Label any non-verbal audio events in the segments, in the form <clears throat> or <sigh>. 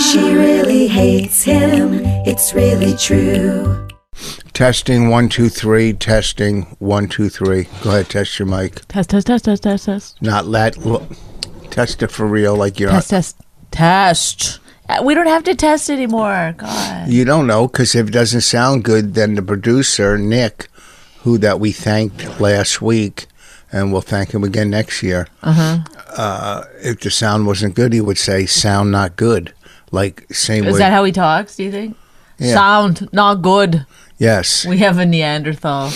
She really hates him. It's really true. Testing one two three. Testing one two three. Go ahead, test your mic. Test, test, test, test, test, test. Not let look. Test it for real, like you're. Test, test, test. Uh, We don't have to test anymore. God. You don't know because if it doesn't sound good, then the producer Nick, who that we thanked last week, and we'll thank him again next year. Uh-huh. If the sound wasn't good, he would say "sound not good." Like same Is with that how he talks, do you think? Yeah. Sound not good. yes. We have a Neanderthal.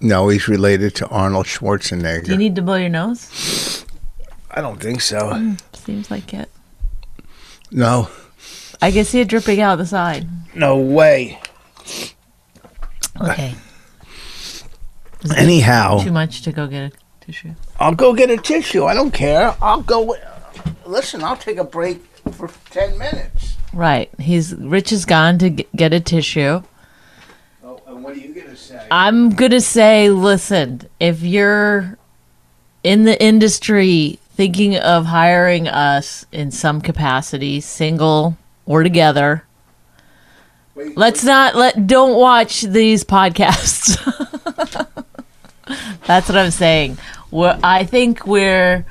no, he's related to Arnold Schwarzenegger. Do you need to blow your nose? I don't think so. Seems like it. No, I can see it dripping out the side. no way. <laughs> Okay. Too Anyhow, much to go get a tissue. I'll go get a tissue. I don't care. I'll go. Listen, I'll take a break for ten minutes. Right. He's Rich is gone to g- get a tissue. Oh, and what are you gonna say? I'm gonna say, listen, if you're in the industry thinking of hiring us in some capacity, single or together, Wait. let's not let don't watch these podcasts. <laughs> That's what I'm saying. We're, I think we're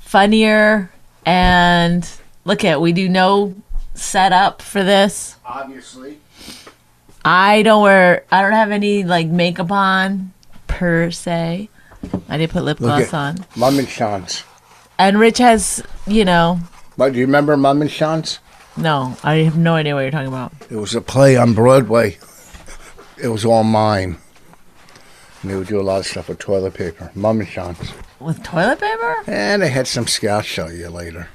funnier and look at we do no setup for this. Obviously. I don't wear. I don't have any like makeup on per se. I did put lip at- gloss on. Mum and Sean's. And Rich has, you know, But do you remember Mum and Sean's? no. I have no idea what you're talking about. It was a play on Broadway. <laughs> It was all mine. And they would do a lot of stuff with toilet paper. Mum and Sean's. With toilet paper? And they had some scouts show you later.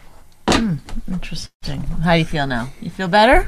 Interesting. How do you feel now? You feel better?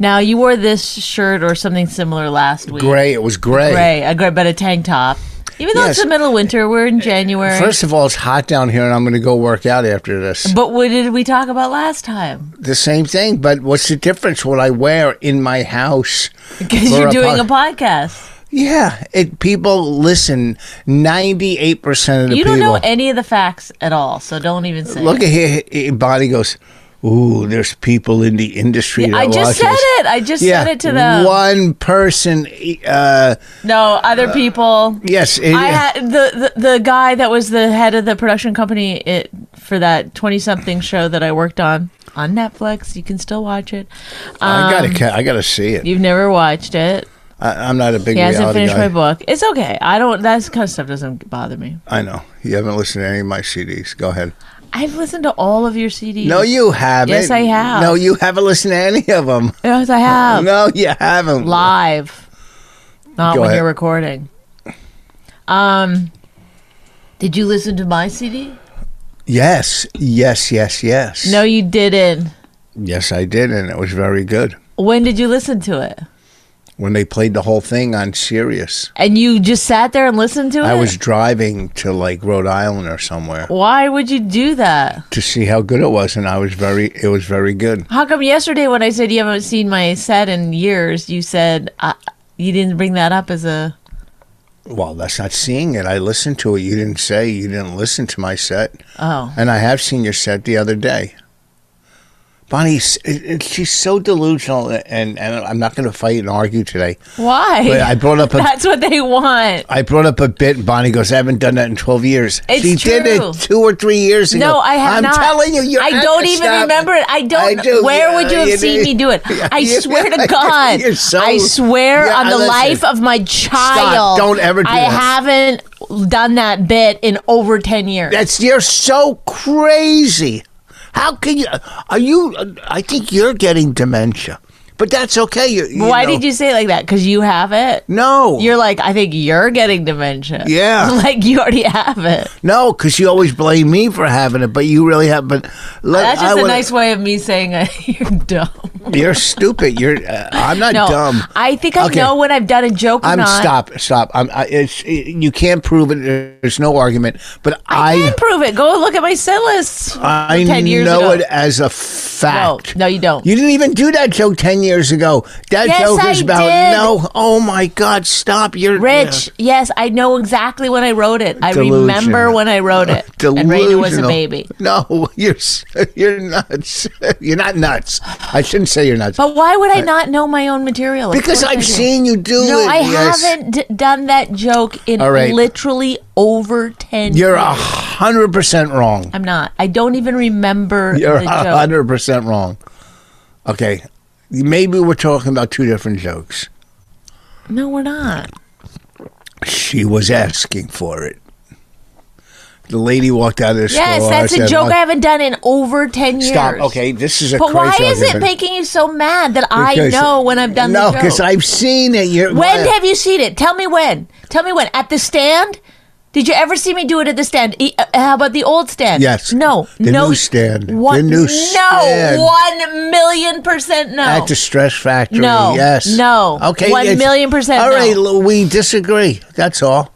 Now you wore this shirt or something similar last week. Gray. It was gray. Gray. A gray, but a tank top. Even though Yes. it's the middle of winter, we're in January. First of all, it's hot down here, and I'm going to go work out after this. but what did we talk about last time? The same thing, but what's the difference? What I wear in my house? Because For you're a doing pod- a podcast. Yeah, it, people listen. Ninety-eight percent of the You people. don't know any of the facts at all, so don't even say. Look it. at here. eh, Body goes. Ooh, there's people in the industry. that I watch just said this." it. I just Yeah, said it to them. One person. Uh, No, other people. yes. It, I had the, the the guy that was the head of the production company it, for that twenty something show that I worked on on Netflix. You can still watch it. I um, gotta. ca- I gotta see it. You've never watched it. I, I'm not a big He hasn't reality finished guy. my book. It's okay. I don't. That kind of stuff doesn't bother me. I know you haven't listened to any of my CDs. Go ahead. I've listened to all of your CDs. No, you haven't. Yes, I have. Um, No, you haven't listened to any of them. Yes, I have. No, you haven't. live, not Go when ahead. you're recording. Um, did you listen to my CD? Yes, yes, yes, yes. No, you didn't. Yes, I did, and it was very good. When did you listen to it? When they played the whole thing on Sirius, And you just sat there and listened to it? I was driving to like Rhode Island or somewhere Why would you do that? to see how good it was, and I was very. It was very good. How come yesterday when I said you haven't seen my set in years, you said uh, you didn't bring that up as a. Well, that's not seeing it. I listened to it. You didn't say you didn't listen to my set, Oh. and I have seen your set the other day. Bonnie, s- it- it- she's so delusional, and, and I'm not going to fight and argue today. Why? But I brought up a That's what they want. I brought up a bit, and Bonnie goes, I haven't done that in 12 years. It's she did true. it two or three years ago. No, I have I'm not. telling you, you I have don't to even stop. remember it. I don't. I do. Where Yeah, would you have you seen do. me do it? <laughs> Yeah, I you- swear yeah, to God. you're so- I swear Yeah, on the listen. life of my child. Don't ever do I that. haven't done that bit in over ten years. That's, you're so crazy. How can you? Are you? I think you're getting dementia, but that's okay. You, you Why know. did you say it like that? Because you have it. No, You're like, I think you're getting dementia. <laughs> Yeah. like you already have it. no, because you always blame me for having it, but you really have. But let, That's I just a would- nice way of me saying uh, <laughs> you're dumb. You're stupid. You're. Uh, I'm not No, dumb. I think I Okay. know when I've done a joke or I'm not. stop stop. I'm. I, it's you can't prove it. There's no argument. But I I can prove it. Go look at my set list. I ten years know ago. it as a fact. No, no, you don't. You didn't even do that joke 10 years ago. That Yes, joke is I about did. no. Oh my God! Stop! You're Rich, yes, I know exactly when I wrote it. I remember Delusional. when I wrote it. Delusional. And Raina was a baby. No, <laughs> you're s- you're nuts. <laughs> you're not nuts. I shouldn't say you're nuts But why would I not know my own material? Of because course I I've do. seen you do No, it. I yes. haven't d- done that joke in All right. literally over 10 You're a years. hundred percent wrong. I'm not. I don't even remember <laughs> You're the a joke. hundred percent wrong. Okay, maybe we're talking about two different jokes. No, we're not. She was asking for it. The lady walked out of the store. Yes, I that's a said, joke "Oh, I haven't done in over 10 years. Stop. Okay, this is a. But why crazy is it argument. making you so mad that I Because- know when I've done No, the joke? because I've seen it. You're, When have you seen it? Tell me when. Tell me when. At the stand? Did you ever see me do it at the stand? E- uh, how about the old stand? Yes. No. The no. new stand. One, The new no. stand. One million percent no. At the stress factory. No, Yes. no, Okay. one it's- million percent All no. right. l- We disagree. That's all.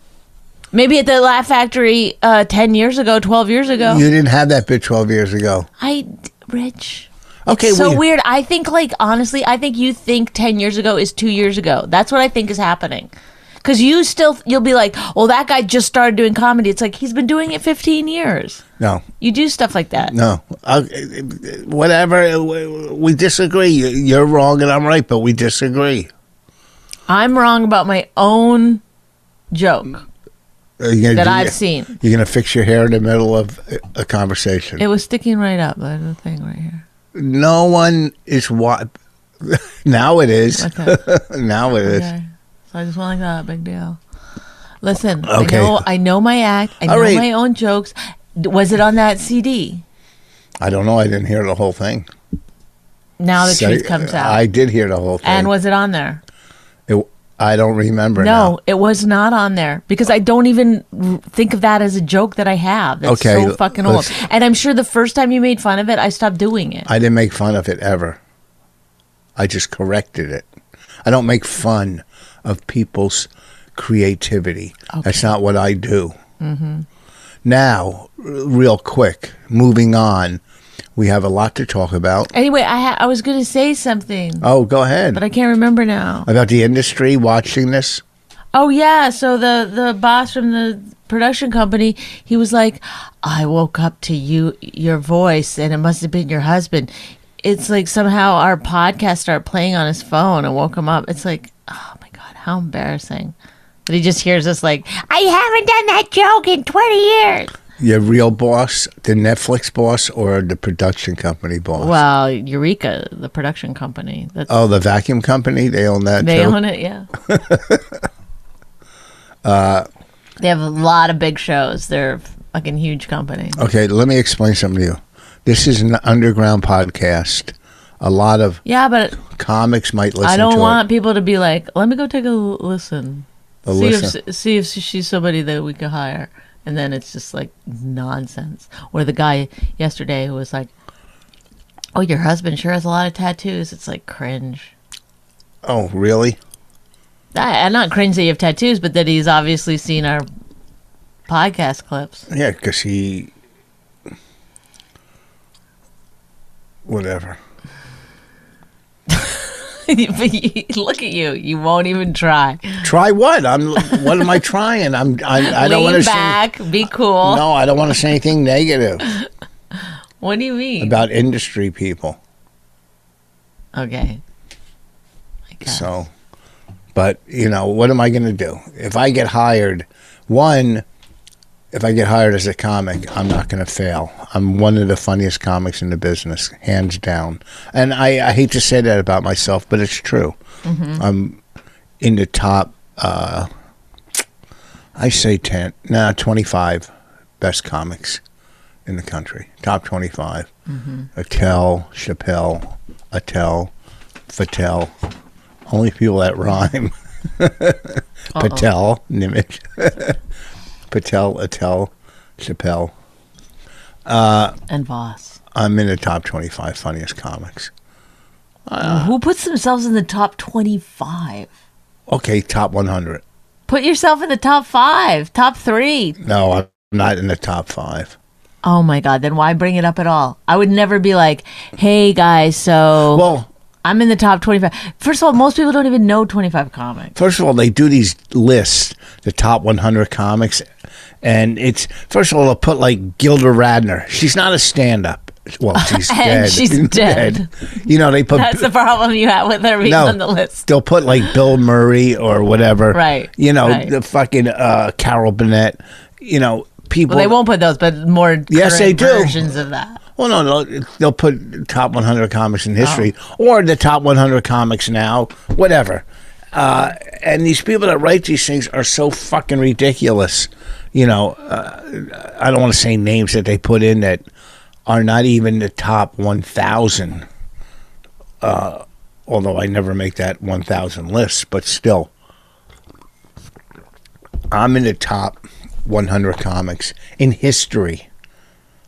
Maybe at the Laugh Factory uh, 10 years ago, 12 years ago. You didn't have that bit 12 years ago. I, Rich. Okay. so we- weird. I think, like, honestly, I think you think 10 years ago is two years ago. That's what I think is happening. Because you still, you'll be like, well, that guy just started doing comedy. It's like, he's been doing it 15 years. No. You do stuff like that. No. Uh, whatever. we- We disagree. You- You're wrong and I'm right, but we disagree. I'm wrong about my own joke Uh, that I've seen. You're going to fix your hair in the middle of uh, a- a conversation. It was sticking right up. There's a thing right here. no one is what. <laughs> now it is. Okay. <laughs> now it is. Okay. So I just went like that. Big deal. Listen, Okay. I know I know my act. I All know right. my own jokes. D- Was it on that CD? I don't know. I didn't hear the whole thing. Now the So, truth comes out. I did hear the whole thing. and was it on there? It, I don't remember. No, it was not on there because I don't even r- think of that as a joke that I have. That's Okay, so fucking old. let's- And I'm sure the first time you made fun of it, I stopped doing it. now. I didn't make fun of it ever. I just corrected it. I don't make fun of people's creativity. That's not what I do. Mm-hmm. Now, r- real quick, moving on, we have a lot to talk about. Anyway, I ha- I was going to say something, Oh, go ahead. but I can't remember now. about the industry watching this. Oh yeah, so the the boss from the production company, he was like, "I woke up to you your voice and it must have been your husband." It's like somehow our podcast started playing on his phone and woke him up. It's like, "Oh my god, how embarrassing." But he just hears us like, "I haven't done that joke in 20 years." Your real boss, the Netflix boss, or the production company boss? Well, Eureka, the production company. That's Oh, the vacuum company. They own that They too. own it, yeah. uh, they have a lot of big shows. They're a fucking huge company. Okay, let me explain something to you. This is an underground podcast. A lot of Yeah, but comics might listen I to don't it. want people to be like, "Let me go take a l- listen, A see listen. if see if she's somebody that we could hire." And then it's just like nonsense. Or the guy yesterday who was like, "Oh, your husband sure has a lot of tattoos." It's like cringe. Oh, really? I, I'm not cringe that you have tattoos, but that he's obviously seen our podcast clips. <laughs> Yeah, because he. Whatever. But you- Look at you. You won't even try. Try what? I'm. What <laughs> am I trying? I'm. I, I don't want to Lean say. back. Be cool. No, I don't want to say anything negative What do you mean? about industry people. okay. I guess. So, but you know, what am I going to do if I get hired? One, if I get hired as a comic, I'm not going to fail. I'm one of the funniest comics in the business, hands down. And I, I hate to say that about myself, but it's true. I'm in the top. Uh, I say ten, nah, twenty-five best comics in the country. Top 25 Attell, Chappelle, Attell, Fattel. Only people that rhyme. Patel, Nimitz, <laughs> Patel, Attell, Chappelle. and Voss. I'm in the top 25 funniest comics. Who puts themselves in the top 25? Okay, top 100. Put yourself in the top five, top three. No, I'm not in the top five. Oh my God. Then why bring it up at all? I would never be like, hey guys, so Well, I'm in the top 25. First of all, most people don't even know 25 comics. <laughs> First of all, they do these lists, the top 100 comics, and it's first of all they'll put like Gilda Radner. She's not a stand-up. <laughs> Well, she's <laughs> And dead. she's dead. You know they put That's the problem you have with her <laughs> being on the list. They'll put like Bill Murray or whatever. Right, You know, right. the fucking uh, Carol Burnett. You know, people. Well, they won't put those, but more Yes, current they do. versions of that. Well, no, no, they'll put top 100 comics in history Oh. or the top 100 comics now, whatever. Uh, and these people that write these things are so fucking ridiculous. You know, uh, I don't want to say names that they put in that are not even the top 1,000. Uh, although I never make that 1,000 list, but still. I'm in the top 100 comics in history.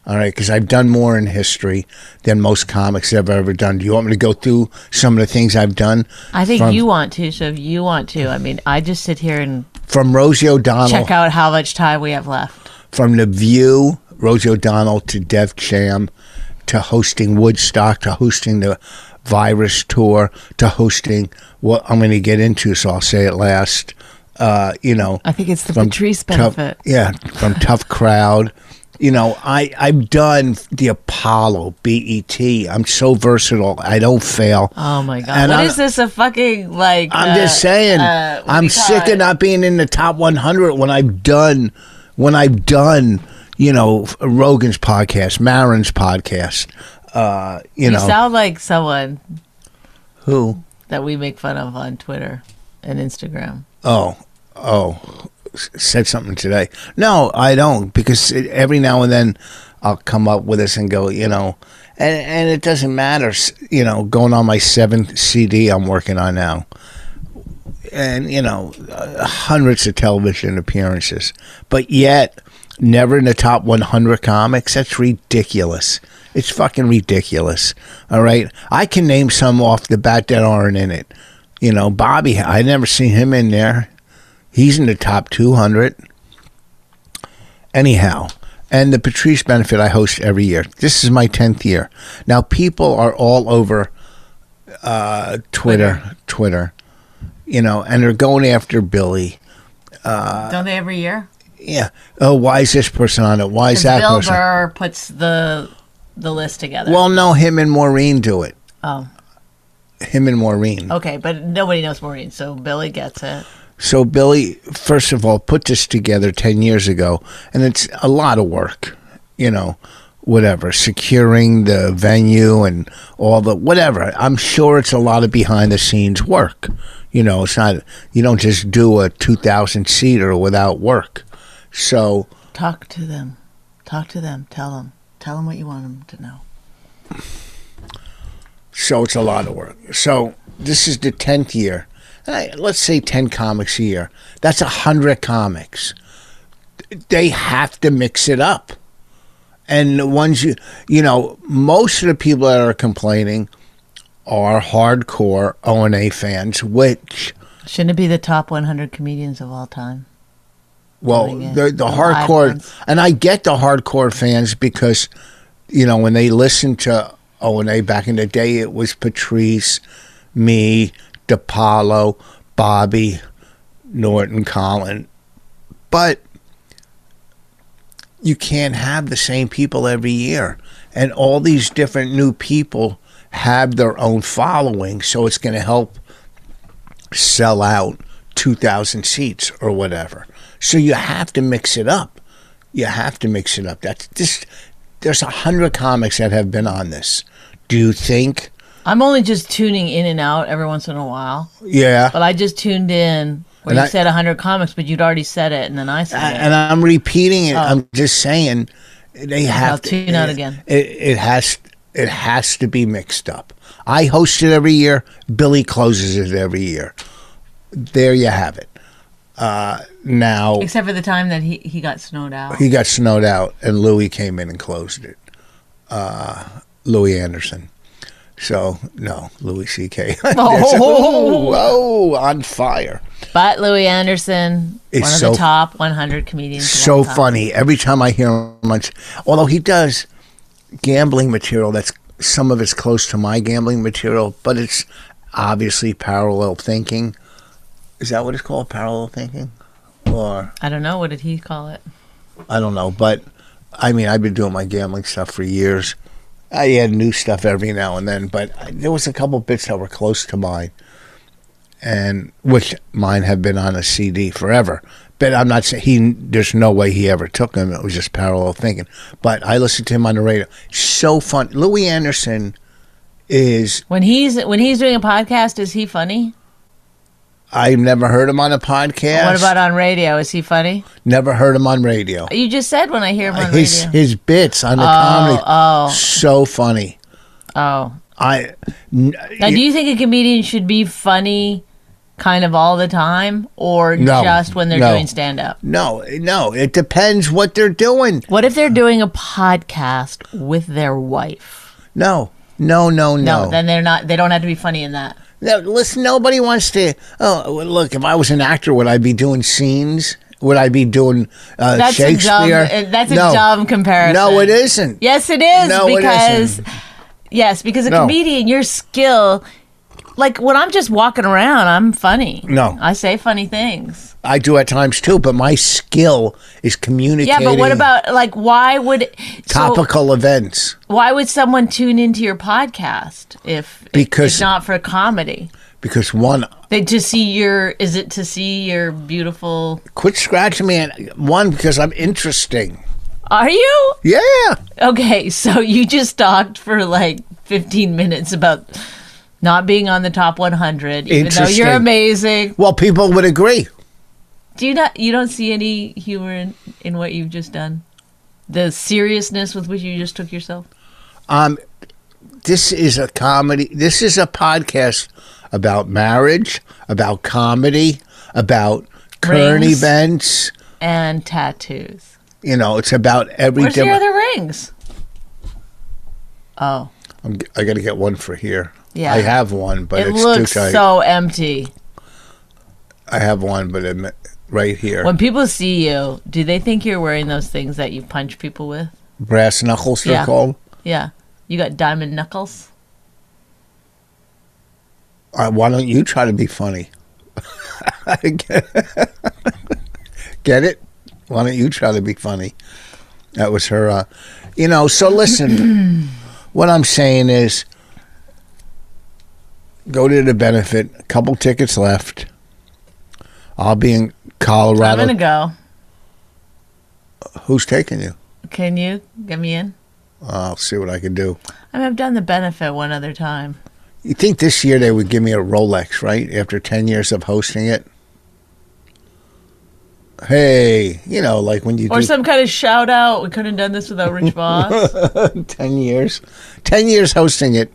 All right, because I've done more in history than most comics have ever done. Do you want me to go through some of the things I've done? I think from, you want to, so if you want to, I mean, I just sit here and from Rosie O'Donnell, check out how much time we have left. from The View, Rosie O'Donnell to Def Jam, to hosting Woodstock, to hosting the Virus tour, to hosting what I'm going to get into, so I'll say it last. Uh, you know, I think it's the from Patrice tough- benefit. yeah, from tough crowd. You know, I I've done the Apollo, BET. I'm so versatile. I don't fail. Oh my god! What is And I'm- this? A fucking like? I'm uh, just saying, uh, what do I'm you call sick it? of not being in the top 100 when I've done, when I've done, you know, Rogan's podcast, Marin's podcast. Uh, you, You know sound like someone who? that we make fun of on Twitter and Instagram. Oh, oh, s- said something today. No, I don't because it, every now and then I'll come up with this and go, you know, and and it doesn't matter, s- you know, going on my seventh CD I'm working on now. And you know, uh, hundreds of television appearances, but yet never in the top 100 comics. That's ridiculous. It's fucking ridiculous. All right, I can name some off the bat that aren't in it. You know, Bobby, I never seen him in there. He's in the top 200. Anyhow, and the Patrice benefit I host every year. This is my 10th year. Now, people are all over uh, Twitter, Twitter, you know, and they're going after Billy. Uh, Don't they every year? Yeah. Oh, why is this person on it? Why is that Bill person? Burr puts the the list together. Well, no, him and Maureen do it. oh, Him and Maureen. okay, but nobody knows Maureen, so Billy gets it. So Billy, first of all, put this together ten years ago, and it's a lot of work, you know, whatever, securing the venue and all the whatever. I'm sure it's a lot of behind the scenes work. You know, it's not you don't just do a two thousand seater without work. So Talk to them. Talk to them. Tell them. Tell them what you want them to know. So it's a lot of work. So this is the tenth year. Eh, Let's say ten comics a year. That's a hundred comics. They have to mix it up. And the ones you you know, most of the people that are complaining are hardcore O and A fans, which Shouldn't it be the top 100 comedians of all time? Well, doing it. the the The live hardcore, ones. and I get the hardcore fans because, you know, when they listened to O and A back in the day, it was Patrice, me, DePaulo, Bobby, Norton, Colin, but you can't have the same people every year, and all these different new people have their own following, so it's going to help sell out 2,000 seats or whatever. So you have to mix it up. You have to mix it up. That's just, there's a hundred comics that have been on this. Do you think? I'm only just tuning in and out every once in a while, Yeah. but I just tuned in where And you I- said 100 comics, but you'd already said it, and then I said I- it. and I'm repeating it. I'm just saying they have Uh, I'll to tune out again. It, it has it has to be mixed up. I host it every year. Billy closes it every year. There you have it. Uh, now Except for the time that he, he got snowed out. <laughs> he got snowed out, and Louis came in and closed it. Uh, Louis Anderson. So no, Louis <laughs> C.K. Oh. whoa, on fire. But Louis Anderson, It's one of so- the top 100 comedians. of so all time. funny every time I hear him. on s- Although he does gambling material that's some of it's close to my gambling material, but it's obviously parallel thinking. Is that what it's called? Parallel thinking? Or I don't know. What did he call it? I don't know, but I mean, I've been doing my gambling stuff for years. I add new stuff every now and then, but I, there was a couple bits that were close to mine, and which mine have been on a CD forever. But I'm not saying he. There's no way he ever took them. It was just parallel thinking. But I listened to him on the radio. So fun. Louis Anderson is. When he's when he's doing a podcast, is he funny? I've never heard him on a podcast. What about on radio? Is he funny? Never heard him on radio. You just said when I hear him on His radio. his bits on the comedy. oh. so funny. Oh, I n- now do you think a comedian should be funny, kind of all the time, or No. just when they're No. doing stand up? no no. It depends what they're doing. What if they're doing a podcast with their wife? No no no No, no. then they're not. They don't have to be funny in that. No, listen, nobody wants to. Oh well, look, if I was an actor, would I be doing scenes? Would I be doing uh, That's a dumb. Shakespeare? uh, That's a no. dumb comparison. No, it isn't. Yes, it is No, it because yes, because a No. comedian, your skill, like when I'm just walking around, I'm funny. No. I say funny things. I do at times too, but my skill is Yeah, communicating. but what about like why would so topical events? why would someone tune into your podcast if Because- it's not for comedy? Because one, They to see your is it to see your beautiful? quit scratching me. And one, because I'm interesting. Are you Yeah. Okay, so you just talked for like 15 minutes about not being on the top 100, even though Interesting. you're amazing. Well, people would agree. Do you not? You don't see any humor in, in what you've just done? The seriousness with which you just took yourself. Um, this is a comedy. This is a podcast about marriage, about comedy, about current Rings. events. And tattoos. You know, it's about every Where's your different. other rings? Oh, I'm, g- I got to get one for here. Yeah. I have one, but it it's looks too tight. so empty. I have one, but I'm right here. When people see you, do they think you're wearing those things that you punch people with? Brass knuckles, they're Yeah. called. Yeah, you got diamond knuckles. Uh, why don't you try to be funny? <laughs> Get it? Why don't you try to be funny? That was her. Uh, you know, so listen, <clears throat> what I'm saying is go to the benefit, a couple tickets left. I'll be in I'm Colorado. gonna go. Who's taking you? Can you get me in? I'll see what I can do. I mean, I've done the benefit one other time. You think this year they would give me a Rolex, right? After 10 years of hosting it? Hey, you know, like when you Or do some kind of shout out. We couldn't have done this <laughs> without Rich Voss. 10 years. 10 years hosting it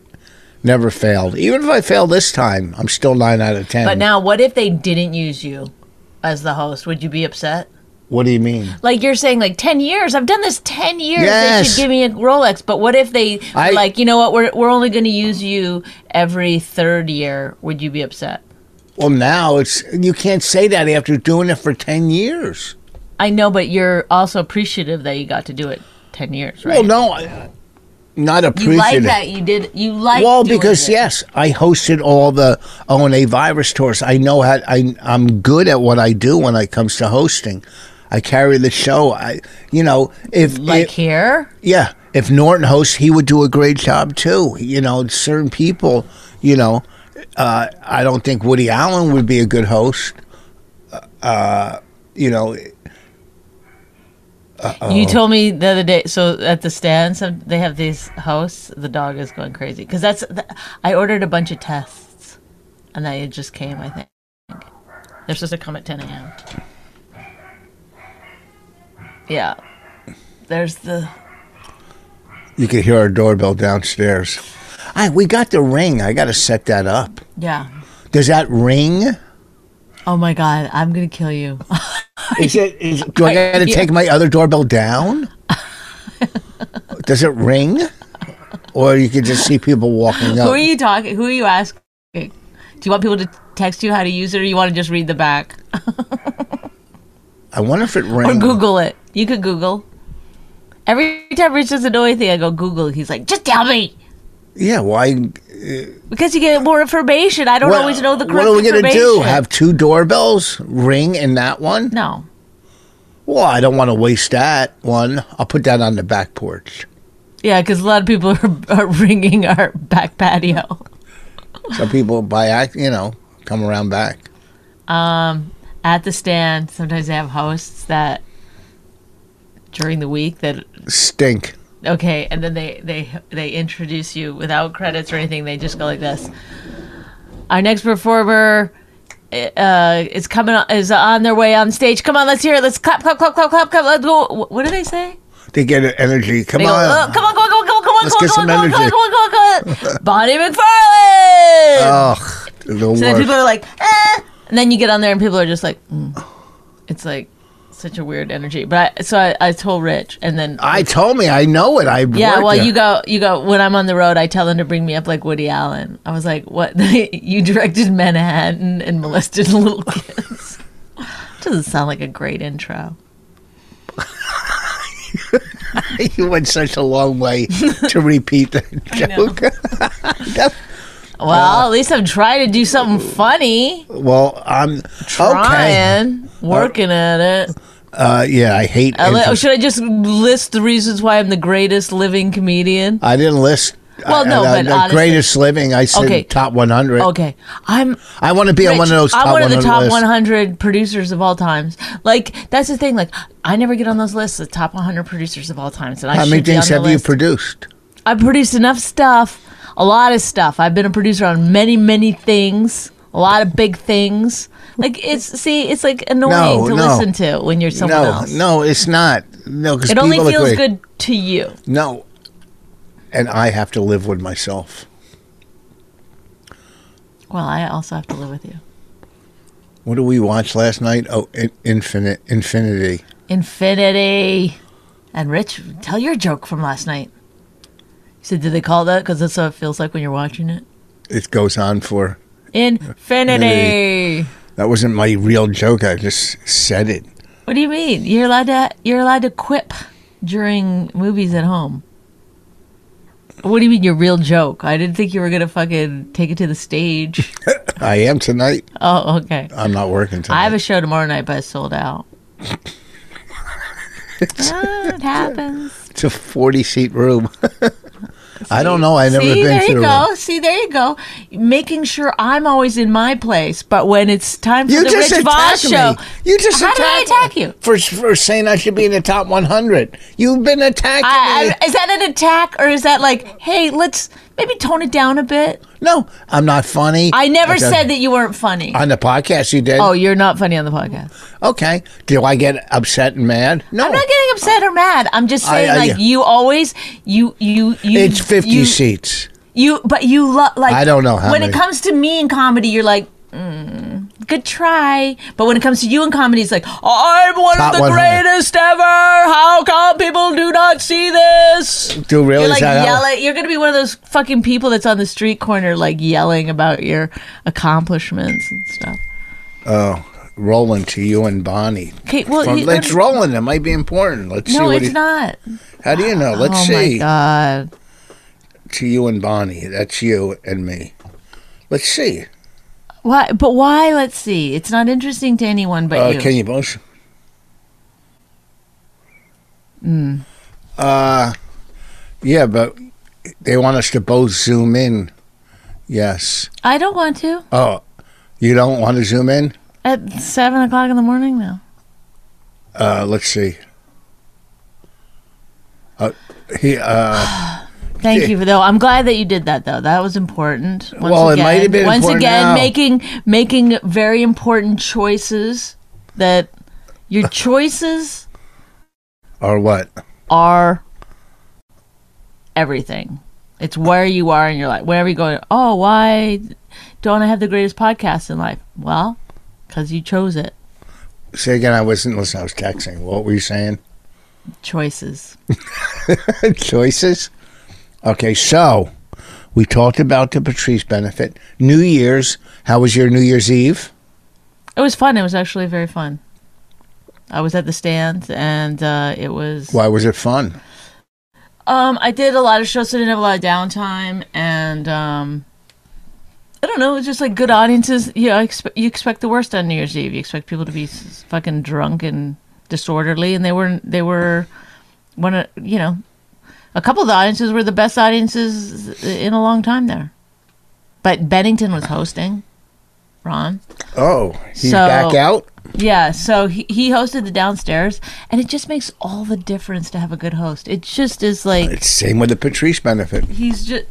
never failed. Even if I fail this time, I'm still 9 out of 10. but now, what if they didn't use you as the host? Would you be upset? what do you mean? Like you're saying, like 10 years. I've done this 10 years. They Yes. should give me a Rolex. But what if they, were I- like, you know what? We're, we're only going to use you every third year. Would you be upset? Well, now it's you can't say that after doing it for 10 years. I know, but you're also appreciative that you got to do it 10 years, Well, right? no, I, not you like appreciative. that you did. You like well, doing because it. yes, I hosted all the O and A virus tours. I know how I I'm good at what I do when it comes to hosting. I carry the show. I you know if Like if- here? yeah if Norton hosts, he would do a great job too. You know certain people. You know uh, I don't think Woody Allen would be a good host. Uh, you know You told me the other day. So at the stand, some, they have these hosts. The dog is going crazy because that's. th I ordered a bunch of tests, and they just came. I think they're supposed to come at 10 a.m. Yeah, there's the. you could hear our doorbell downstairs. I we got the ring. I got to set that up. Yeah. Does that ring? Oh my God! I'm gonna kill you. <laughs> Is it? Is, do I got to Yeah. take my other doorbell down? Does it ring? Or you could just see people walking Who are up. you talking? Who are you asking? Do you want people to text you how to use it, or you want to just read the back I wonder if it or rings. Google it? You could Google. Every time Rich doesn't know anything, I go Google. He's like, just tell me. Yeah, why? Because you get more information. I don't what- always know the correct What are we gonna do? information. Have two doorbells ring in that one? no. Well, I don't want to waste that one. I'll put that on the back porch. Yeah, because a lot of people <laughs> are, are ringing our back patio. Some people by act, you know, come around back. Um, At the stand, sometimes they have hosts that during the week that Stink. okay, and then they they they introduce you without credits or anything. They just go like this. Our next performer uh, is coming on, is on their way on stage. Come on, let's hear it. Let's clap, clap, clap, clap, clap, clap. Let's go. Wh- What do they say? They get an energy. Come They go, on. "Oh, come on, come on, come on, come on, Let's come get on, some come on, come on, energy. come on, come on, come on. <laughs> Bonnie McFarlane. Oh, Ugh, the So then worst. people are like, eh. and then you get on there and people are just like, mm. it's like such a weird energy. But I, so I, I told Rich, and then I told me I know it. I yeah, worked well there. you go, you go. When I'm on the road, I tell them to bring me up like Woody Allen. I was like, what? <laughs> you directed Manhattan and molested <laughs> little kids. <laughs> Doesn't sound like a great intro. <laughs> you went such a long way <laughs> to repeat that joke. <laughs> That- Uh, Well, at least I'm trying to do something funny. well, I'm okay. Trying, working at it. Uh, yeah, I hate. I li- intro- should I just list the reasons why I'm the greatest living comedian? I didn't list. Well, I- no, I- but the honestly- greatest living. I said Okay. top 100. Okay, I'm. I want to be on one of those. Top I'm one of 100 the top lists. 100 producers of all times. Like that's the thing. Like I never get on those lists, the top 100 producers of all times. And I How many should be on things the have you list. produced? I produced enough stuff, a lot of stuff. I've been a producer on many, many things, a lot of big things. Like it's see, it's like annoying No, to no. listen to when you're someone no, else. no, it's not. No, because it only people feels agree. good to you. No, and I have to live with myself. Well, I also have to live with you. What did we watch last night? Oh, in- Infinite Infinity. Infinity. And Rich, tell your joke from last night. He said, "Did they call that? Because that's how it feels like when you're watching it." It goes on for. Infinity. That wasn't my real joke. I just said it. What do you mean? You're allowed to you're allowed to quip during movies at home. What do you mean your real joke? I didn't think you were gonna fucking take it to the stage. I am tonight. oh, okay. I'm not working tonight. I have a show tomorrow night, but it's sold out. Ah, it happens. it's a 40 seat room. <laughs> I don't know. I've never See, been there to you the go. room. See, there you go. Making sure I'm always in my place, but when it's time for You the just Rich Voss attacked show, me. You just How did I attacked attack you? for for saying I should be in the top 100. You've been attacking me. I, I, is that an attack or is that like, hey, let's maybe tone it down a bit? no, I'm not funny. I never Okay. said that you weren't funny. on the podcast you did. oh, you're not funny on the podcast. Okay. Do I get upset and mad? No. I'm not getting upset or mad. I'm just I- saying, I- like you always, you you you. it's 50 you, seats. You, but you love like. I don't know how When it many. comes to me in comedy, you're like, mm, good try. But when it comes to you in comedy, it's like, I'm one Top of the 100. greatest ever. How come people do not see this? Do really You're like is that how- yelling. You're gonna be one of those fucking people that's on the street corner, like yelling about your accomplishments and stuff. Rolling to you and Bonnie. Okay, well, Well, you- let's roll in. It might be important. Let's see No, what it's he- not. How do you know? Let's oh see. my god. To you and Bonnie. That's you and me. Let's see. Why? But why? Let's see. It's not interesting to anyone but Uh, you. Can you both? Hmm. Uh, yeah, but they want us to both zoom in. Yes. I don't want to. Oh, you don't want to zoom in? At seven o'clock in the morning now. Uh, let's see. Uh, he, uh, Thank you for though. I'm glad that you did that though. That was important. Once Well, it again, might have been once important again now. making making very important choices that <laughs> your choices or what? are everything. It's where you are in your life. Wherever you go, oh, why don't I have the greatest podcast in life? Well, because you chose it. Say again, I wasn't listening. I was texting. What were you saying? Choices. choices. Okay, so we talked about the Patrice benefit. New Year's. How was your New Year's Eve? It was fun. It was actually very fun. I was at the stand, and uh, it was Why was it fun? Um, I did a lot of shows, so I didn't have a lot of downtime, and um, I don't know. It's just like good audiences. You know, I expe- you expect the worst on New Year's Eve. You expect people to be s- fucking drunk and disorderly, and they were they were one of you know a couple of the audiences were the best audiences in a long time there. But Bennington was hosting, Ron. Oh, he's So- back out. Yeah, so he, he hosted the downstairs, and it just makes all the difference to have a good host. It just is like It's same with the Patrice benefit. he's just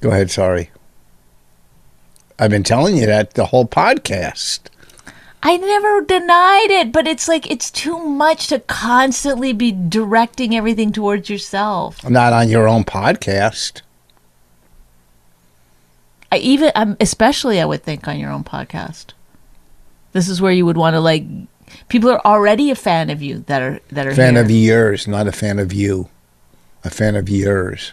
Go ahead. Sorry. I've been telling you that the whole podcast. I never denied it, but it's like it's too much to constantly be directing everything towards yourself. Not on your own podcast. I even um, especially I would think on your own podcast. This is where you would want to like people are already a fan of you that are that are Fan here. of yours, not a fan of you. A fan of yours.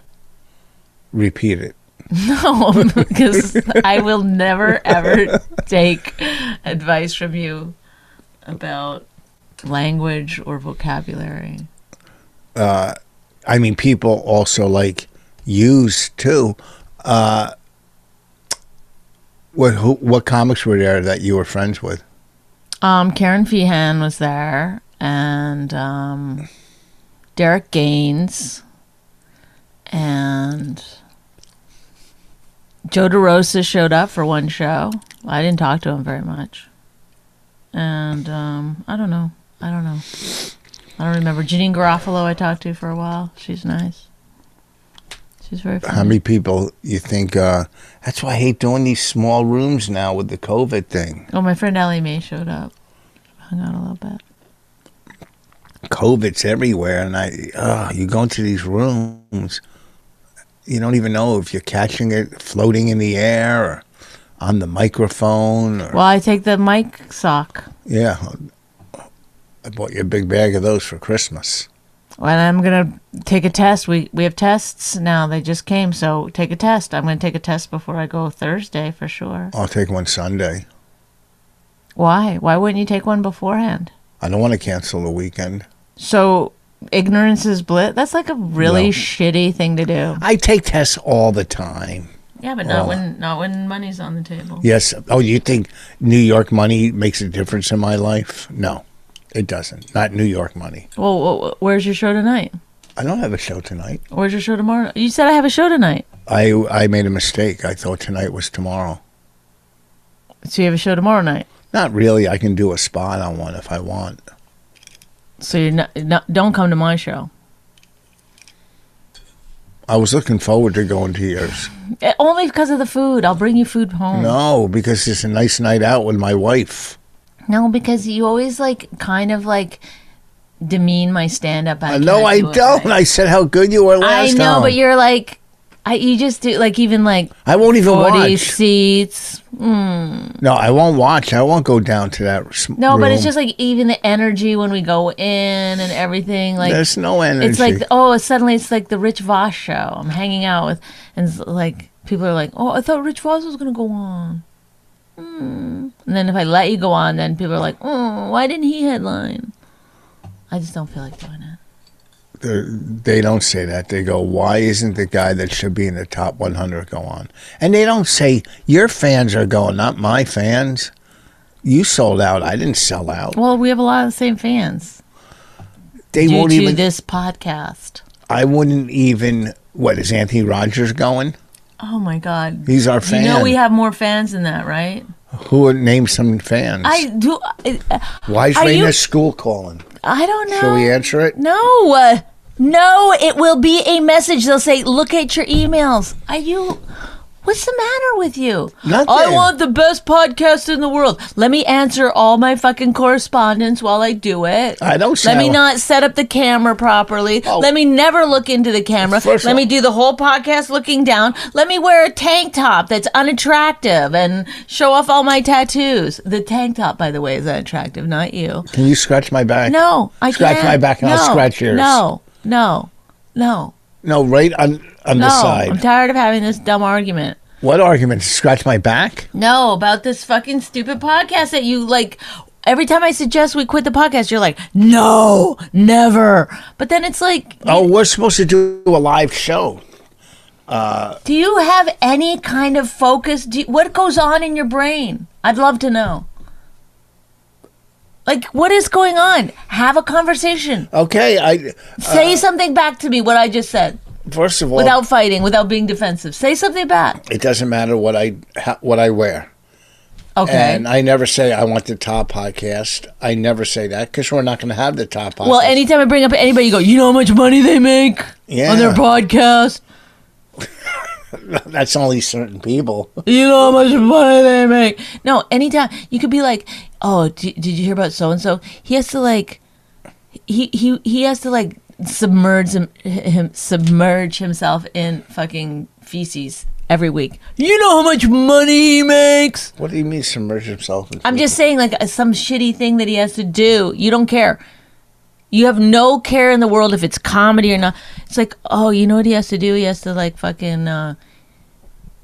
Repeat it. <laughs> No, <laughs> because I will never ever take advice from you about language or vocabulary. I mean, people also like use too. Uh, what who, what comics were there that you were friends with? Um, Karen Feehan was there, and um, Derek Gaines, and Joe DeRosa showed up for one show. I didn't talk to him very much, and um, I don't know. I don't know. I don't remember. Janine Garofalo, I talked to for a while. She's nice. She's very funny. How many people you think? Uh, that's why I hate doing these small rooms now with the COVID thing. oh, my friend Ellie Mae showed up. Hung out a little bit. COVID's everywhere, and I uh, you go into these rooms, you don't even know if you're catching it floating in the air or on the microphone. Or, Well, I take the mic sock. yeah, I bought you a big bag of those for Christmas. Well, I'm gonna take a test. We we have tests now. They just came, so take a test. I'm gonna take a test before I go Thursday for sure. I'll take one Sunday. Why? Why wouldn't you take one beforehand? I don't want to cancel the weekend. So ignorance is bliss. That's like a really No. shitty thing to do. I take tests all the time. Yeah, but not not Oh. when not when money's on the table. Yes. Oh, you think New York money makes a difference in my life? No, it doesn't. Not New York money. Well, wh- wh- where's your show tonight? I don't have a show tonight. Where's your show tomorrow? You said I have a show tonight. I I made a mistake. I thought tonight was tomorrow. So you have a show tomorrow night. Not really. I can do a spot on one if I want. So you're not, not don't come to my show. I was looking forward to going to yours. Eh, Only because of the food. I'll bring you food home. No, because it's a nice night out with my wife. No, because you always like kind of like demean my stand up. I Uh, no, I don't. I said how good you were I last know, time. but you're like, I you just do like even like I won't even forty watch. seats. Mm. No, I won't watch. I won't go down to that. s- No, but it's room. just like even the energy when we go in and everything. Like there's no energy. it's like oh, suddenly it's like the Rich Voss show. I'm hanging out with and it's like people are like, oh, I thought Rich Voss was gonna go on. Mm. And then if I let you go on, then people are like, oh, why didn't he headline? I just don't feel like doing it. They're- they don't say that. They go, "Why isn't the guy that should be in the top 100 go on?" And they don't say, "Your fans are going, not my fans." You sold out. I didn't sell out. Well, we have a lot of the same fans They due won't to even. this podcast. I wouldn't even. What is Anthony Rogers going? Oh my God! He's our You fan. know we have more fans than that, right? Who would name some fans? I do. I, Why is Are Raina you- School calling? I don't know. Shall we answer it? No, uh, no. It will be a message. They'll say, "Look at your emails." Are you? What's the matter with you? Nothing. I want the best podcast in the world. Let me answer all my fucking correspondence while I do it. I don't Let me sound- not set up the camera properly. Oh. Let me never look into the camera. First of Let me all- do the whole podcast looking down. Let me wear a tank top that's unattractive and show off all my tattoos. The tank top, by the way, is unattractive, not you. Can you scratch my back? No, I Scratch can't. my back and no, I'll scratch yours. No, no, no, No, right on on no. the side. I'm tired of having this dumb argument. what argument? Scratch my back? No, about this fucking stupid podcast that you like every time I suggest we quit the podcast, you're like, no, never. But then it's like, Oh, we're supposed to do a live show. do you have any kind of focus? Do you- what goes on in your brain? I'd love to know. Like, what is going on? Have a conversation. Okay, I Uh, Say something back to me, what I just said, first of all, without fighting, without being defensive. Say something back. it doesn't matter what I ha- what I wear, Okay. and uh, I never say I want the top podcast. I never say that because we're not going to have the top podcast. Well, anytime I bring up anybody, you go, you know how much money they make on their Yeah. podcast? <laughs> that's only certain people. <laughs> You know how much money they make. No, anytime. You could be like, oh, d- did you hear about so and so? He has to, like, he, he, he has to, like, submerge, him, him, submerge himself in fucking feces every week. You know how much money he makes? What do you mean submerge himself? in- I'm just saying, like, uh, some shitty thing that he has to do. You don't care. You have no care in the world if it's comedy or not. It's like, oh, you know what he has to do? He has to, like, fucking, uh,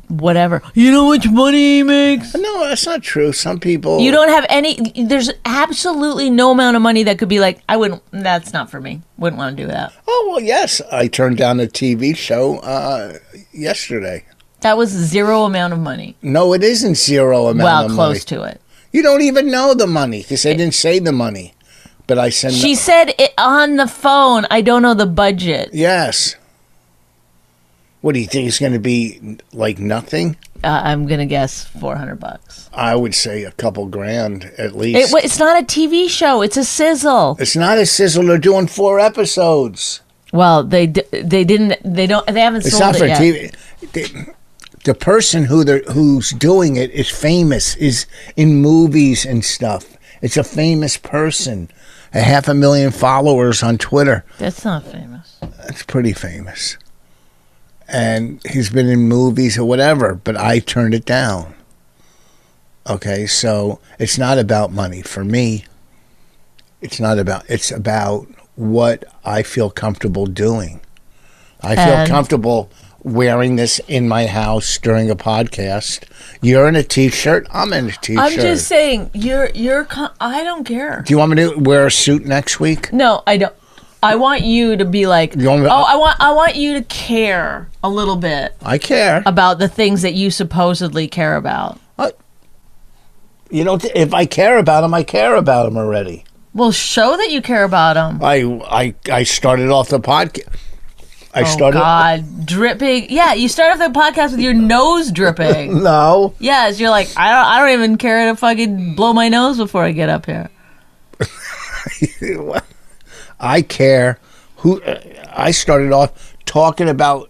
whatever. You know how much money he makes? No, that's not true. Some people You don't have any, there's absolutely no amount of money that could be like, I wouldn't, that's not for me. Wouldn't want to do that. Oh well, yes, I turned down a TV show uh, yesterday. That was zero amount of money. No, it isn't zero amount Well, of money. close to Eh. it. You don't even know the money because they didn't say the money. But I said She said it on the phone. I don't know the budget. yes. What do you think is going to be like nothing? Uh, I'm going to guess 400 bucks. I would say a couple grand at least. It, wa- it's not a TV show. It's a sizzle. it's not a sizzle. They're doing four episodes. Well, they d- they didn't. They don't. They haven't It's sold not it for yet. TV. The, the person who they're, who's doing it is famous, is in movies and stuff. It's a famous person, a half a million followers on Twitter. That's not famous. That's pretty famous, and he's been in movies or whatever. But I turned it down. Okay, so it's not about money for me. It's not about. It's about what I feel comfortable doing. I feel And- comfortable wearing this in my house during a podcast. You're in a t-shirt. I'm in a t-shirt. I'm just saying. You're you're. Con- I don't care. Do you want me to wear a suit next week? No, I don't. I want you to be like. You want me- oh, I want I want you to care a little bit I care. about the things that you supposedly care about. You know, if I care about them, I care about them already. Well, show that you care about them. I I I started off the podcast. I oh started. God, dripping. Yeah, you start off the podcast with your nose dripping. <laughs> No, Yes, you're like I don't. I don't even care to fucking blow my nose before I get up here. I care. Who uh, I started off talking about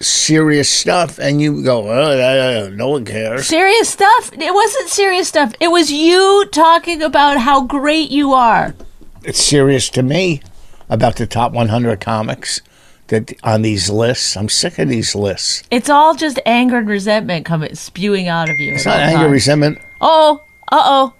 serious stuff, and you go, oh, no one cares. Serious stuff. It wasn't serious stuff. It was you talking about how great you are. It's serious to me about the top 100 comics that on these lists. I'm sick of these lists. It's all just anger and resentment coming spewing out of you. It's not anger, resentment. Oh, uh oh.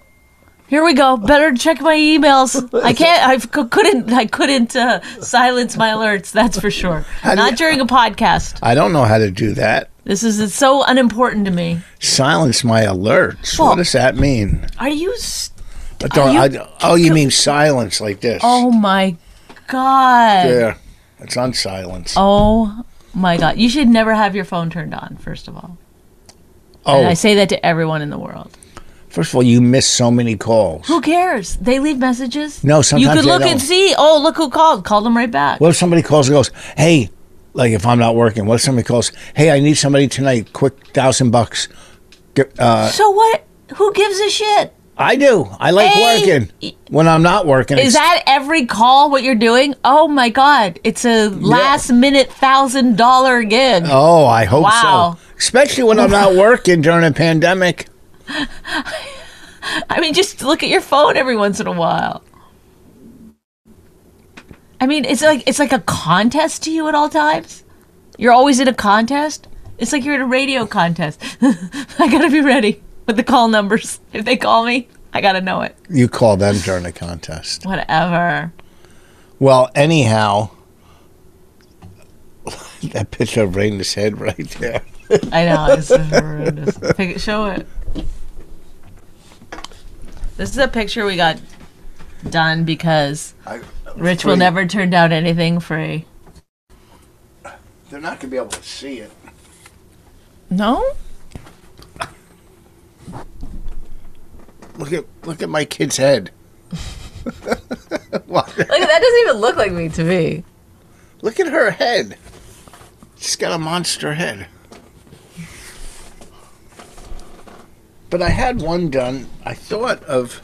Here we go. Better check my emails. I can't. I c- couldn't. I couldn't uh, silence my alerts. That's for sure. do Not you- during a podcast. I don't know how to do that. This is it's so unimportant to me. Silence my alerts. Well- what does that mean? Are you? s I don't- you- I- oh, you mean silence like this? oh my god. Yeah, it's on silence. Oh my god. You should never have your phone turned on, first of all. Oh, And I say that to everyone in the world. first of all, you miss so many calls. Who cares? They leave messages. No, sometimes You could they look don't. and see, oh look who called. Call them right back. What if somebody calls and goes, "Hey," like if I'm not working, what if somebody calls, "Hey, I need somebody tonight, quick, thousand bucks." Get- Uh, so what who gives a shit? I do. I like Hey. working when I'm not working. it's- Is that every call what you're doing? Oh my god. It's a last minute thousand dollar gig. Oh, I hope Wow. so. Especially when I'm <laughs> not working during a pandemic. I mean just look at your phone every once in a while. I mean it's like it's like a contest to you at all times. You're always in a contest. It's like you're in a radio contest. <laughs> I gotta be ready with the call numbers. If they call me, I gotta know it. You call them during a contest. Whatever. Well, anyhow, <laughs> that picture of Raina's head right there. I know. It's horrendous. Pick it, show it. This is a picture we got done because I, Rich will free. never turn down anything free. They're not gonna be able to see it. No? Look at look at my kid's head. <laughs> Wow. Like that doesn't even look like me to me. look at her head. She's got a monster head. But I had one done. I thought of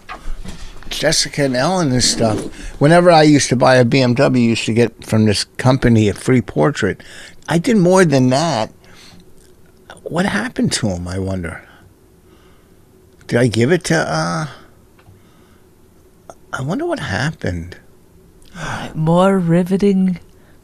Jessica and Ellen and stuff. Whenever I used to buy a BMW, I used to get from this company a free portrait. I did more than that. What happened to him? I wonder. Did I give it to? uh I wonder what happened. More riveting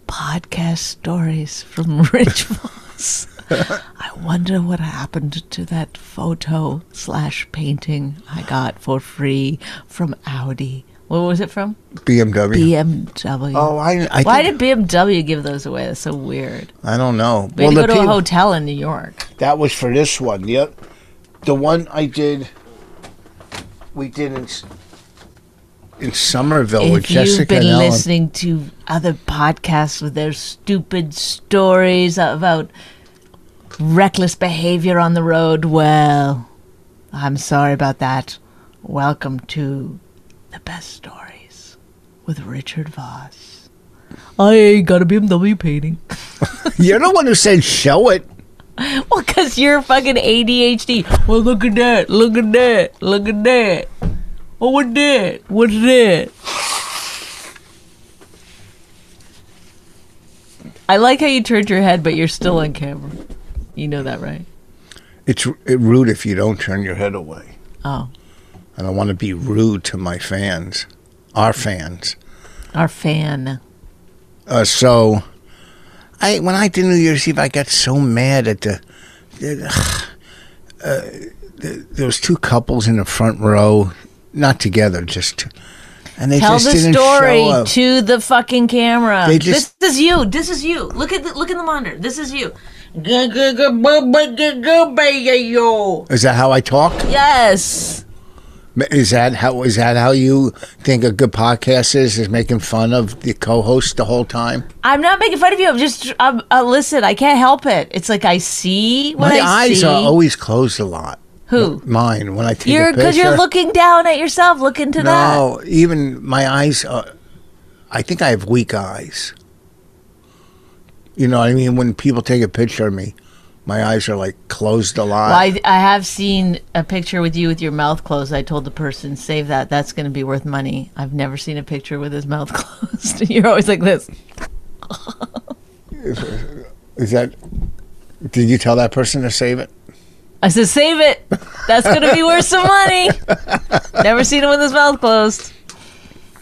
podcast stories from <laughs> Rich <laughs> Voss. I wonder what happened to that photo slash painting I got for free from Audi. What was it from? BMW. BMW. Oh, I. I Why think- did BMW give those away? That's so weird. I don't know. We had to go to a peop- hotel in New York. that was for this one. The oth- the one I did, we did in S- in Somerville Oh, with if Jessica you've been and Ellen. listening to other podcasts with their stupid stories about reckless behavior on the road, well, I'm sorry about that. Welcome to the best stories with Richard Voss. I ain't got a BMW painting. <laughs> You're the one who said show it. <laughs> Well, because you're fucking ADHD. Well, look at that. Look at that. Look at that. Oh, what that? What's that? I like how you turned your head, but you're still on camera. You know that, right? It's r- it rude if you don't turn your head away. Oh, I don't want to be rude to my fans, our fans. our fan. Uh, so, I when I did New Year's Eve, I got so mad at the. the- ugh, uh, the- there was two couples in the front row, not together, just. two- And they Tell just the didn't story show up. to the fucking camera. They just- this is you. This is you. Look at the, look in the monitor. This is you. Yes. Is that how I talk? Is that how is that how you think a good podcast is? Is making fun of the co-host the whole time? I'm not making fun of you. I'm just I'm, uh, listen. I can't help it. It's like I see what My I eyes see. are always closed a lot. Who? Mine when I take You're a picture. because you're looking down at yourself, looking to that. No, even my eyes are. I think I have weak eyes. You know what I mean? When people take a picture of me, my eyes are like closed a lot. Well, I, I have seen a picture with you with your mouth closed. I told the person, save that. That's going to be worth money. I've never seen a picture with his mouth <laughs> closed. you're always like this. Is that? Did you tell that person to save it? I said, save it. That's going to be worth <laughs> some money. never seen him with his mouth closed.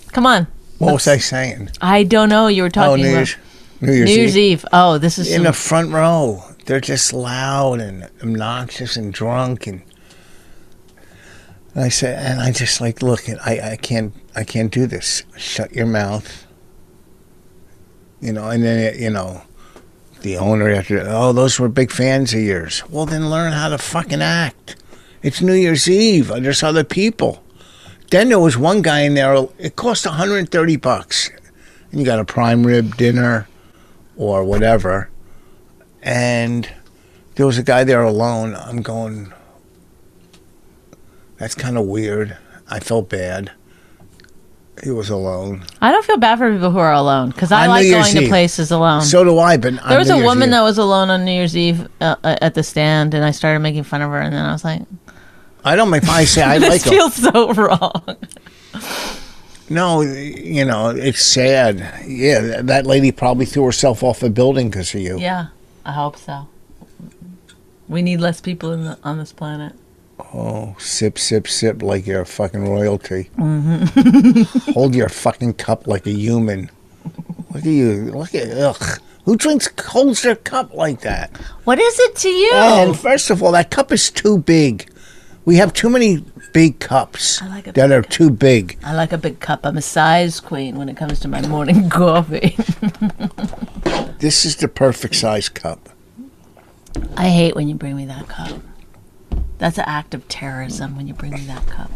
Come on. What was I saying? I don't know. You were Oh, talking New about Year's, New Year's New Year's Eve. Oh, this is in some- the front row. They're just loud and obnoxious and drunk and. and I said, and I just like, look, I, I can't, I can't do this. Shut your mouth. You know, and then you know, the owner after, oh, those were big fans of yours. Well, then learn how to fucking act. It's New Year's Eve. There's other people. Then there was one guy in there. It cost 130 bucks, and you got a prime rib dinner, or whatever. And there was a guy there alone. I'm going. That's kind of weird. I felt bad. He was alone. I don't feel bad for people who are alone because I On New like Year's going to Eve. places alone. So do I. But Um, there was a woman that was alone on New Year's Eve uh, uh, at the stand, and I started making fun of her, and then I was like, I don't make. I say <laughs> I "This like. 'em. feels so wrong." No, you know it's sad. Yeah, th- that lady probably threw herself off a building because of you. <laughs> yeah, I hope so. We need less people in the, on this planet. Oh, sip, sip, sip, like you're fucking royalty. Mm-hmm. <laughs> Hold your fucking cup like a human. Look at you. Look at ugh. Who drinks holds their cup like that? What is it to you? And first of all, that cup is too big. We have too many big cups I like a that big are too big. I like a big cup. I'm a size queen when it comes to my morning <laughs> coffee. This is the perfect size cup. I hate when you bring me that cup. That's an act of terrorism when you bring me that cup.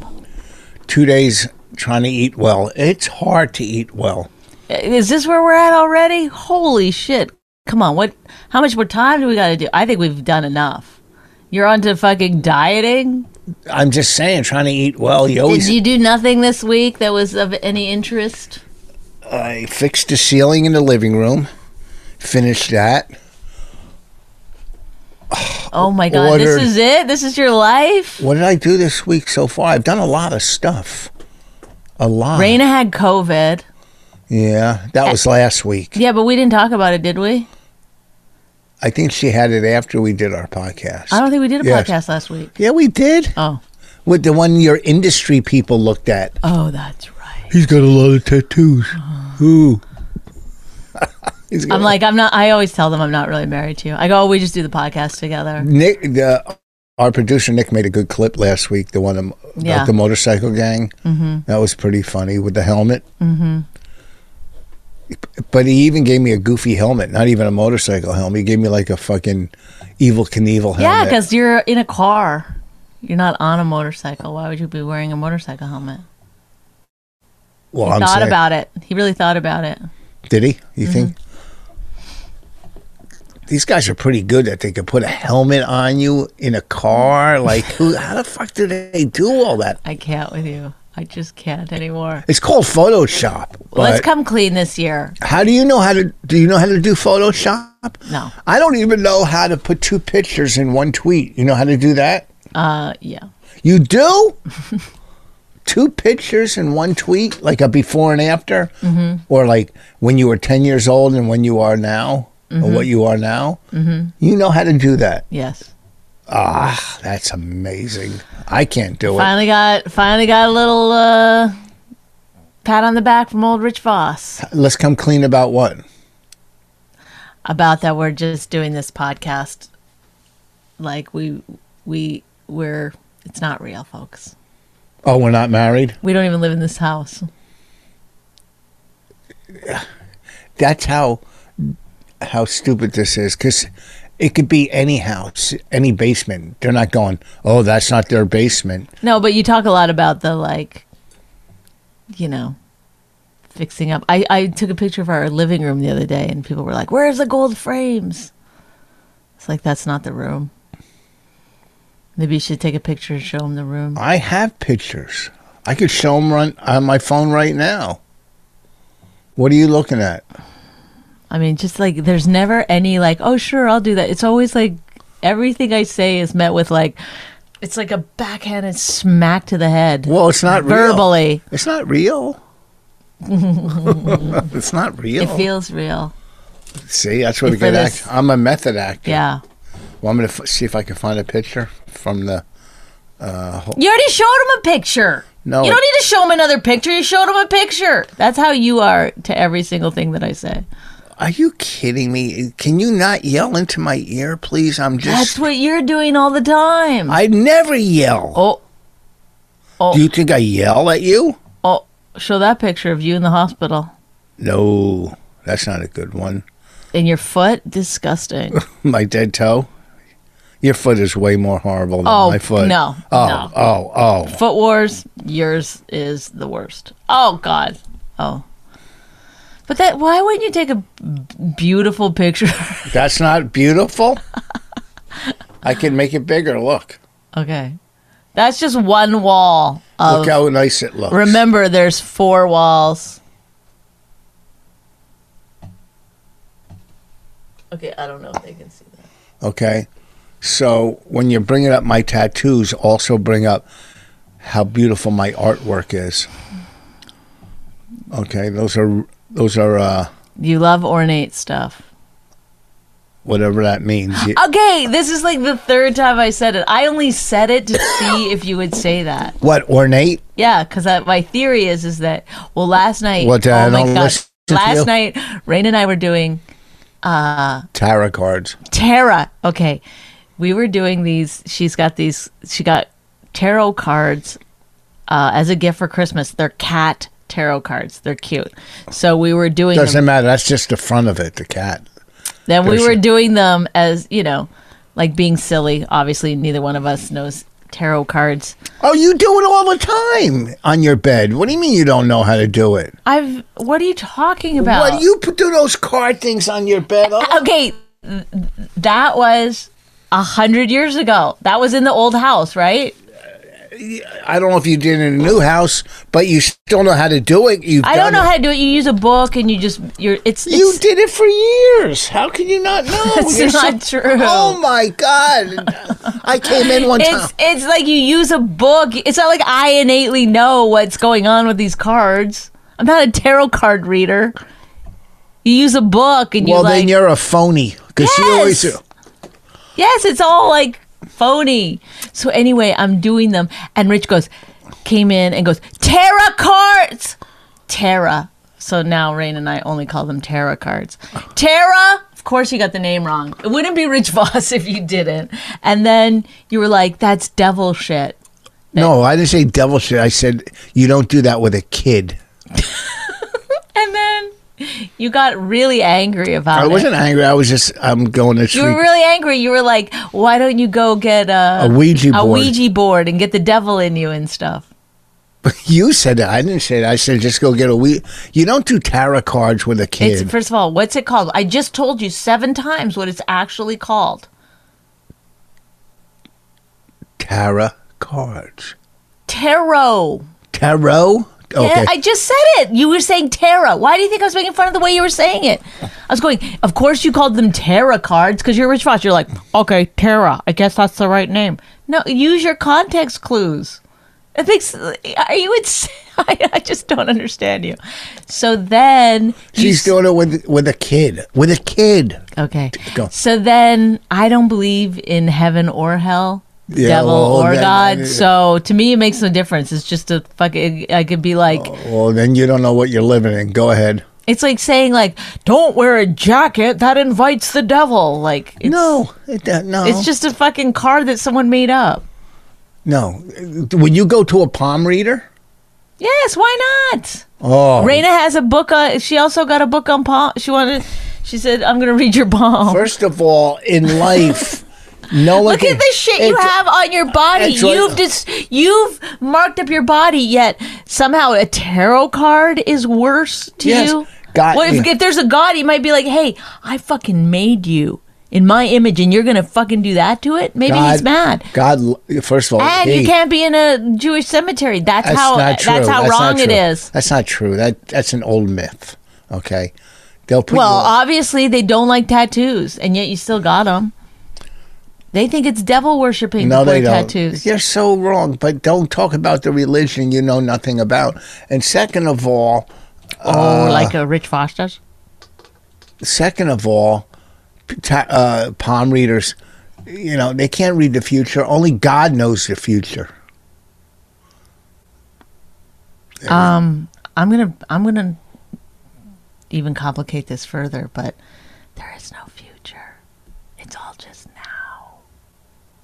two days trying to eat well. It's hard to eat well. Uh, Is this where we're at already? Holy shit. Come on, what how much more time do we gotta do? I think we've done enough. You're onto fucking dieting? I'm just saying, trying to eat well. You Did always you do nothing this week that was of any interest? I fixed the ceiling in the living room. Finished that. Oh my god, Ordered- this is it? This is your life? What did I do this week so far? I've done a lot of stuff. A lot. Raina had COVID. Yeah, that was last week. Yeah, but we didn't talk about it, did we? I think she had it after we did our podcast. I don't think we did a Yes. podcast last week. Yeah, we did. Oh. With the one your industry people looked at. <laughs> Oh, that's right. He's got a lot of tattoos. Uh-huh. Ooh. He's got- I'm like, I'm not, I always tell them I'm not really married to you. I go, oh, we just do the podcast together. Nick, the, our producer Nick made a good clip last week. The one um, about Yeah. the motorcycle gang. Mm-hmm. That was pretty funny with the helmet. Mm-hmm. But he even gave me a goofy helmet, not even a motorcycle helmet. He gave me like a fucking evil Knievel helmet. Yeah, because you're in a car. You're not on a motorcycle. Why would you be wearing a motorcycle helmet? well, he I'm thought saying- about it. He really thought about it. Did he? You think? These guys are pretty good that they could put a helmet on you in a car. Like, who? How the fuck do they do all that? I can't with you. I just can't anymore. It's called Photoshop. Well, let's but come clean this year. how do you know how to? Do you know how to do Photoshop? No. I don't even know how to put two pictures in one tweet. You know how to do that? Uh, yeah. You do? <laughs> Two pictures in one tweet, like a before and after, mm-hmm. or like when you were 10 years old and when you are now, or what you are now. Mm-hmm. You know how to do that. Yes. Ah, that's amazing. I can't do it. Finally got finally got a little uh, pat on the back from old Rich Voss Let's come clean about what? about that we're just doing this podcast. Like we we we're it's not real, folks. Oh, we're not married? We don't even live in this house. That's how how stupid this is cuz it could be any house, any basement. They're not going, "Oh, that's not their basement." No, but you talk a lot about the like, you know, fixing up. I, I took a picture of our living room the other day, and people were like, "Where's the gold frames?" It's like that's not the room. Maybe you should take a picture and show them the room. I have pictures. I could show them run on my phone right now. What are you looking at? I mean, just like there's never any like, "Oh, sure, I'll do that." It's always like everything I say is met with like, it's like a backhanded smack to the head, Well, it's not real. verbally. It's not real. <laughs> it's not real. It feels real. See, that's what a if it good is- act. I'm a method actor. Yeah. Well, I'm gonna f- see if I can find a picture from the. You already showed him a picture. No, You don't it- need to show him another picture. You showed him a picture. That's how you are to every single thing that I say. Are you kidding me? Can you not yell into my ear, please? I'm That's just. what you're doing all the time. I never yell. oh, Do you think I yell at you? oh, show that picture of you in the hospital No, that's not a good one. and your foot. <laughs> Disgusting. My dead toe. Your foot is way more horrible than Oh, my foot. no, Oh, no. oh, oh. foot wars. Yours is the worst. Oh God. Oh. But that. Why wouldn't you take a b- beautiful picture? <laughs> That's not beautiful. I can make it bigger. Look. okay. That's just one wall of Look how nice it looks. Remember, there's four walls. Okay, I don't know if they can see that. Okay. So when you're bringing up my tattoos, also bring up how beautiful my artwork is. Okay, those are those are uh, You love ornate stuff. whatever that <gasps> means. You- Okay, this is like the third time I said it. I only said it <laughs> to see if you would say that. what ornate? Yeah, because my theory is is that well, last night. What, uh, oh I my don't gosh! listen to Last you? night, Rain and I were doing Tarot cards. Tara. Okay. We were doing these. She's got these. She got tarot cards uh, as a gift for Christmas. They're cat tarot cards. They're cute. So we were doing them. Doesn't matter. That's just the front of it. The cat. Then we there's- were doing them as, you know, like being silly. Obviously, neither one of us knows tarot cards. Oh, you do it all the time on your bed. What do you mean you don't know how to do it? I've. What are you talking about? What you put do those card things on your bed? Oh, okay, th- that was a hundred years ago. That was in the old house, right? I don't know if you did it in a new house, but you still know how to do it. You've I don't done know it. how to do it. You use a book and you just you're. It's, You it's did it for years. How can you not know? <laughs> That's You're not true. Oh my god! I came <laughs> in one time. it's it's like you use a book. It's not like I innately know what's going on with these cards. I'm not a tarot card reader. You use a book and Well, you like then you're a phony because you always. Yes! Yes, it's all like phony. So anyway, I'm doing them, and Rich goes, came in and goes, Terra cards, Terra. So now Rain and I only call them Terra cards. Terra. Of course, you got the name wrong. It wouldn't be Rich <laughs> Voss if you didn't. And then you were like, "That's devil shit." No, I didn't say devil shit. I said you don't do that with a kid. <laughs> And then you got really angry about I it. wasn't angry. I was just I'm going to You were sleep. really angry. You were like, "Why don't you go get a A Ouija a board. Ouija board and get the devil in you and stuff?" You said that. I didn't say that. I said just go get a we. You don't do tarot cards with a It's kid. first of all, what's it called? I just told you seven times what it's actually called. tarot cards. Tarot. Tarot. Yeah, Okay. I just said it. You were saying tarot. Why do you think I was making fun of the way you were saying it? I was going, of course you called them tarot cards because you're Rich Foss. You're like, okay, tarot. I guess that's the right name. No, use your context clues. It makes, are you ins- <laughs> I, I just don't understand you. So then you She's doing it with with a kid. With a kid. Okay. go. So then I don't believe in heaven or hell, Yeah, devil well, or then- God. so to me, it makes no difference. It's just a fucking, I could be like, Well, Oh, then you don't know what you're living in. Go ahead. it's like saying, like, don't wear a jacket. That invites the devil. Like, it's, No, it, uh, no, It's just a fucking card that someone made up. no. When you go to a palm reader, Yes, why not? oh, Raina has a book. On, she also got a book on palm. She wanted, she said, I'm going to read your palm. first of all, in <laughs> life, no one Look can, at the shit you it's- have on your body. it's like- You've just you've marked up your body, yet somehow a tarot card is worse to Yes. you. God- What if, if there's a god? He might be like, "Hey, I fucking made you in my image, and you're gonna fucking do that to it." Maybe God, he's mad. God, first of all, And he- you can't be in a Jewish cemetery. That's, That's how. not true. That's how not wrong it true. is. That's not true. That that's an old myth. Okay, they'll put Well, you on- obviously they don't like tattoos, and yet you still got them. They think it's devil worshiping no, to wear they don't. tattoos. You're so wrong. But don't talk about the religion you know nothing about. And second of all, Uh. Oh, like a Rich Fosh does. second of all, p- ta- uh, palm readers, you know, they can't read the future. Only God knows the future. Um, I'm gonna I'm gonna even complicate this further, but there is no future. It's all just now.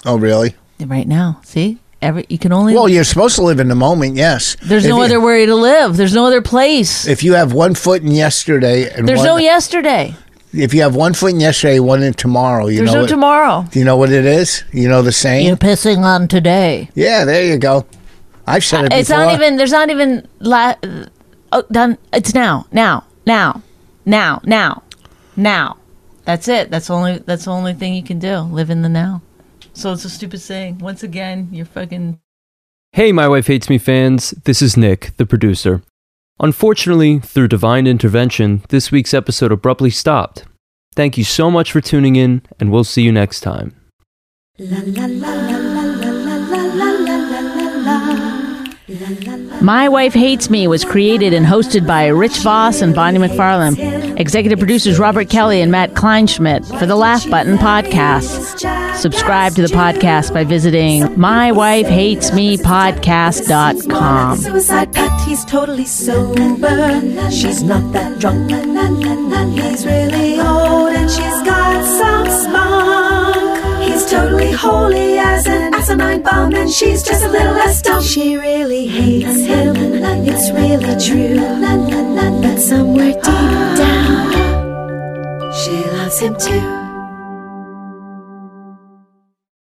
Oh, really? Right now, see every you can only. Well, you're supposed to live in the moment. Yes. there's If no you- other way to live. There's no other place. If you have one foot in yesterday, and There's one, no yesterday. If you have one foot in yesterday, one in tomorrow, you There's know no what, tomorrow. Do you know what it is? You know the saying. You're pissing on today. Yeah, there you go. I've said it before. It's not even. There's not even. La- oh, done. It's now. Now. Now. Now. Now. Now. That's it. That's the only. That's the only thing you can do. Live in the now. So it's a stupid saying. Once again, you're fucking. Hey, My Wife Hates Me fans, this is Nick, the producer. Unfortunately, through divine intervention, this week's episode abruptly stopped. Thank you so much for tuning in, and we'll see you next time. My Wife Hates Me was created and hosted by Rich Voss and Bonnie McFarlane. Executive producers Robert Kelly and Matt Kleinschmidt for the Laugh Button podcast. Subscribe to the podcast by visiting mywifehatesmepodcast.com. Suicide pact, he's totally sober. She's not that drunk. He's really old and she's got some smunk. He's totally holy as an asinine bomb, and she's just a little less dumb. She really hates him. It's really true. But somewhere deep down, she loves him too.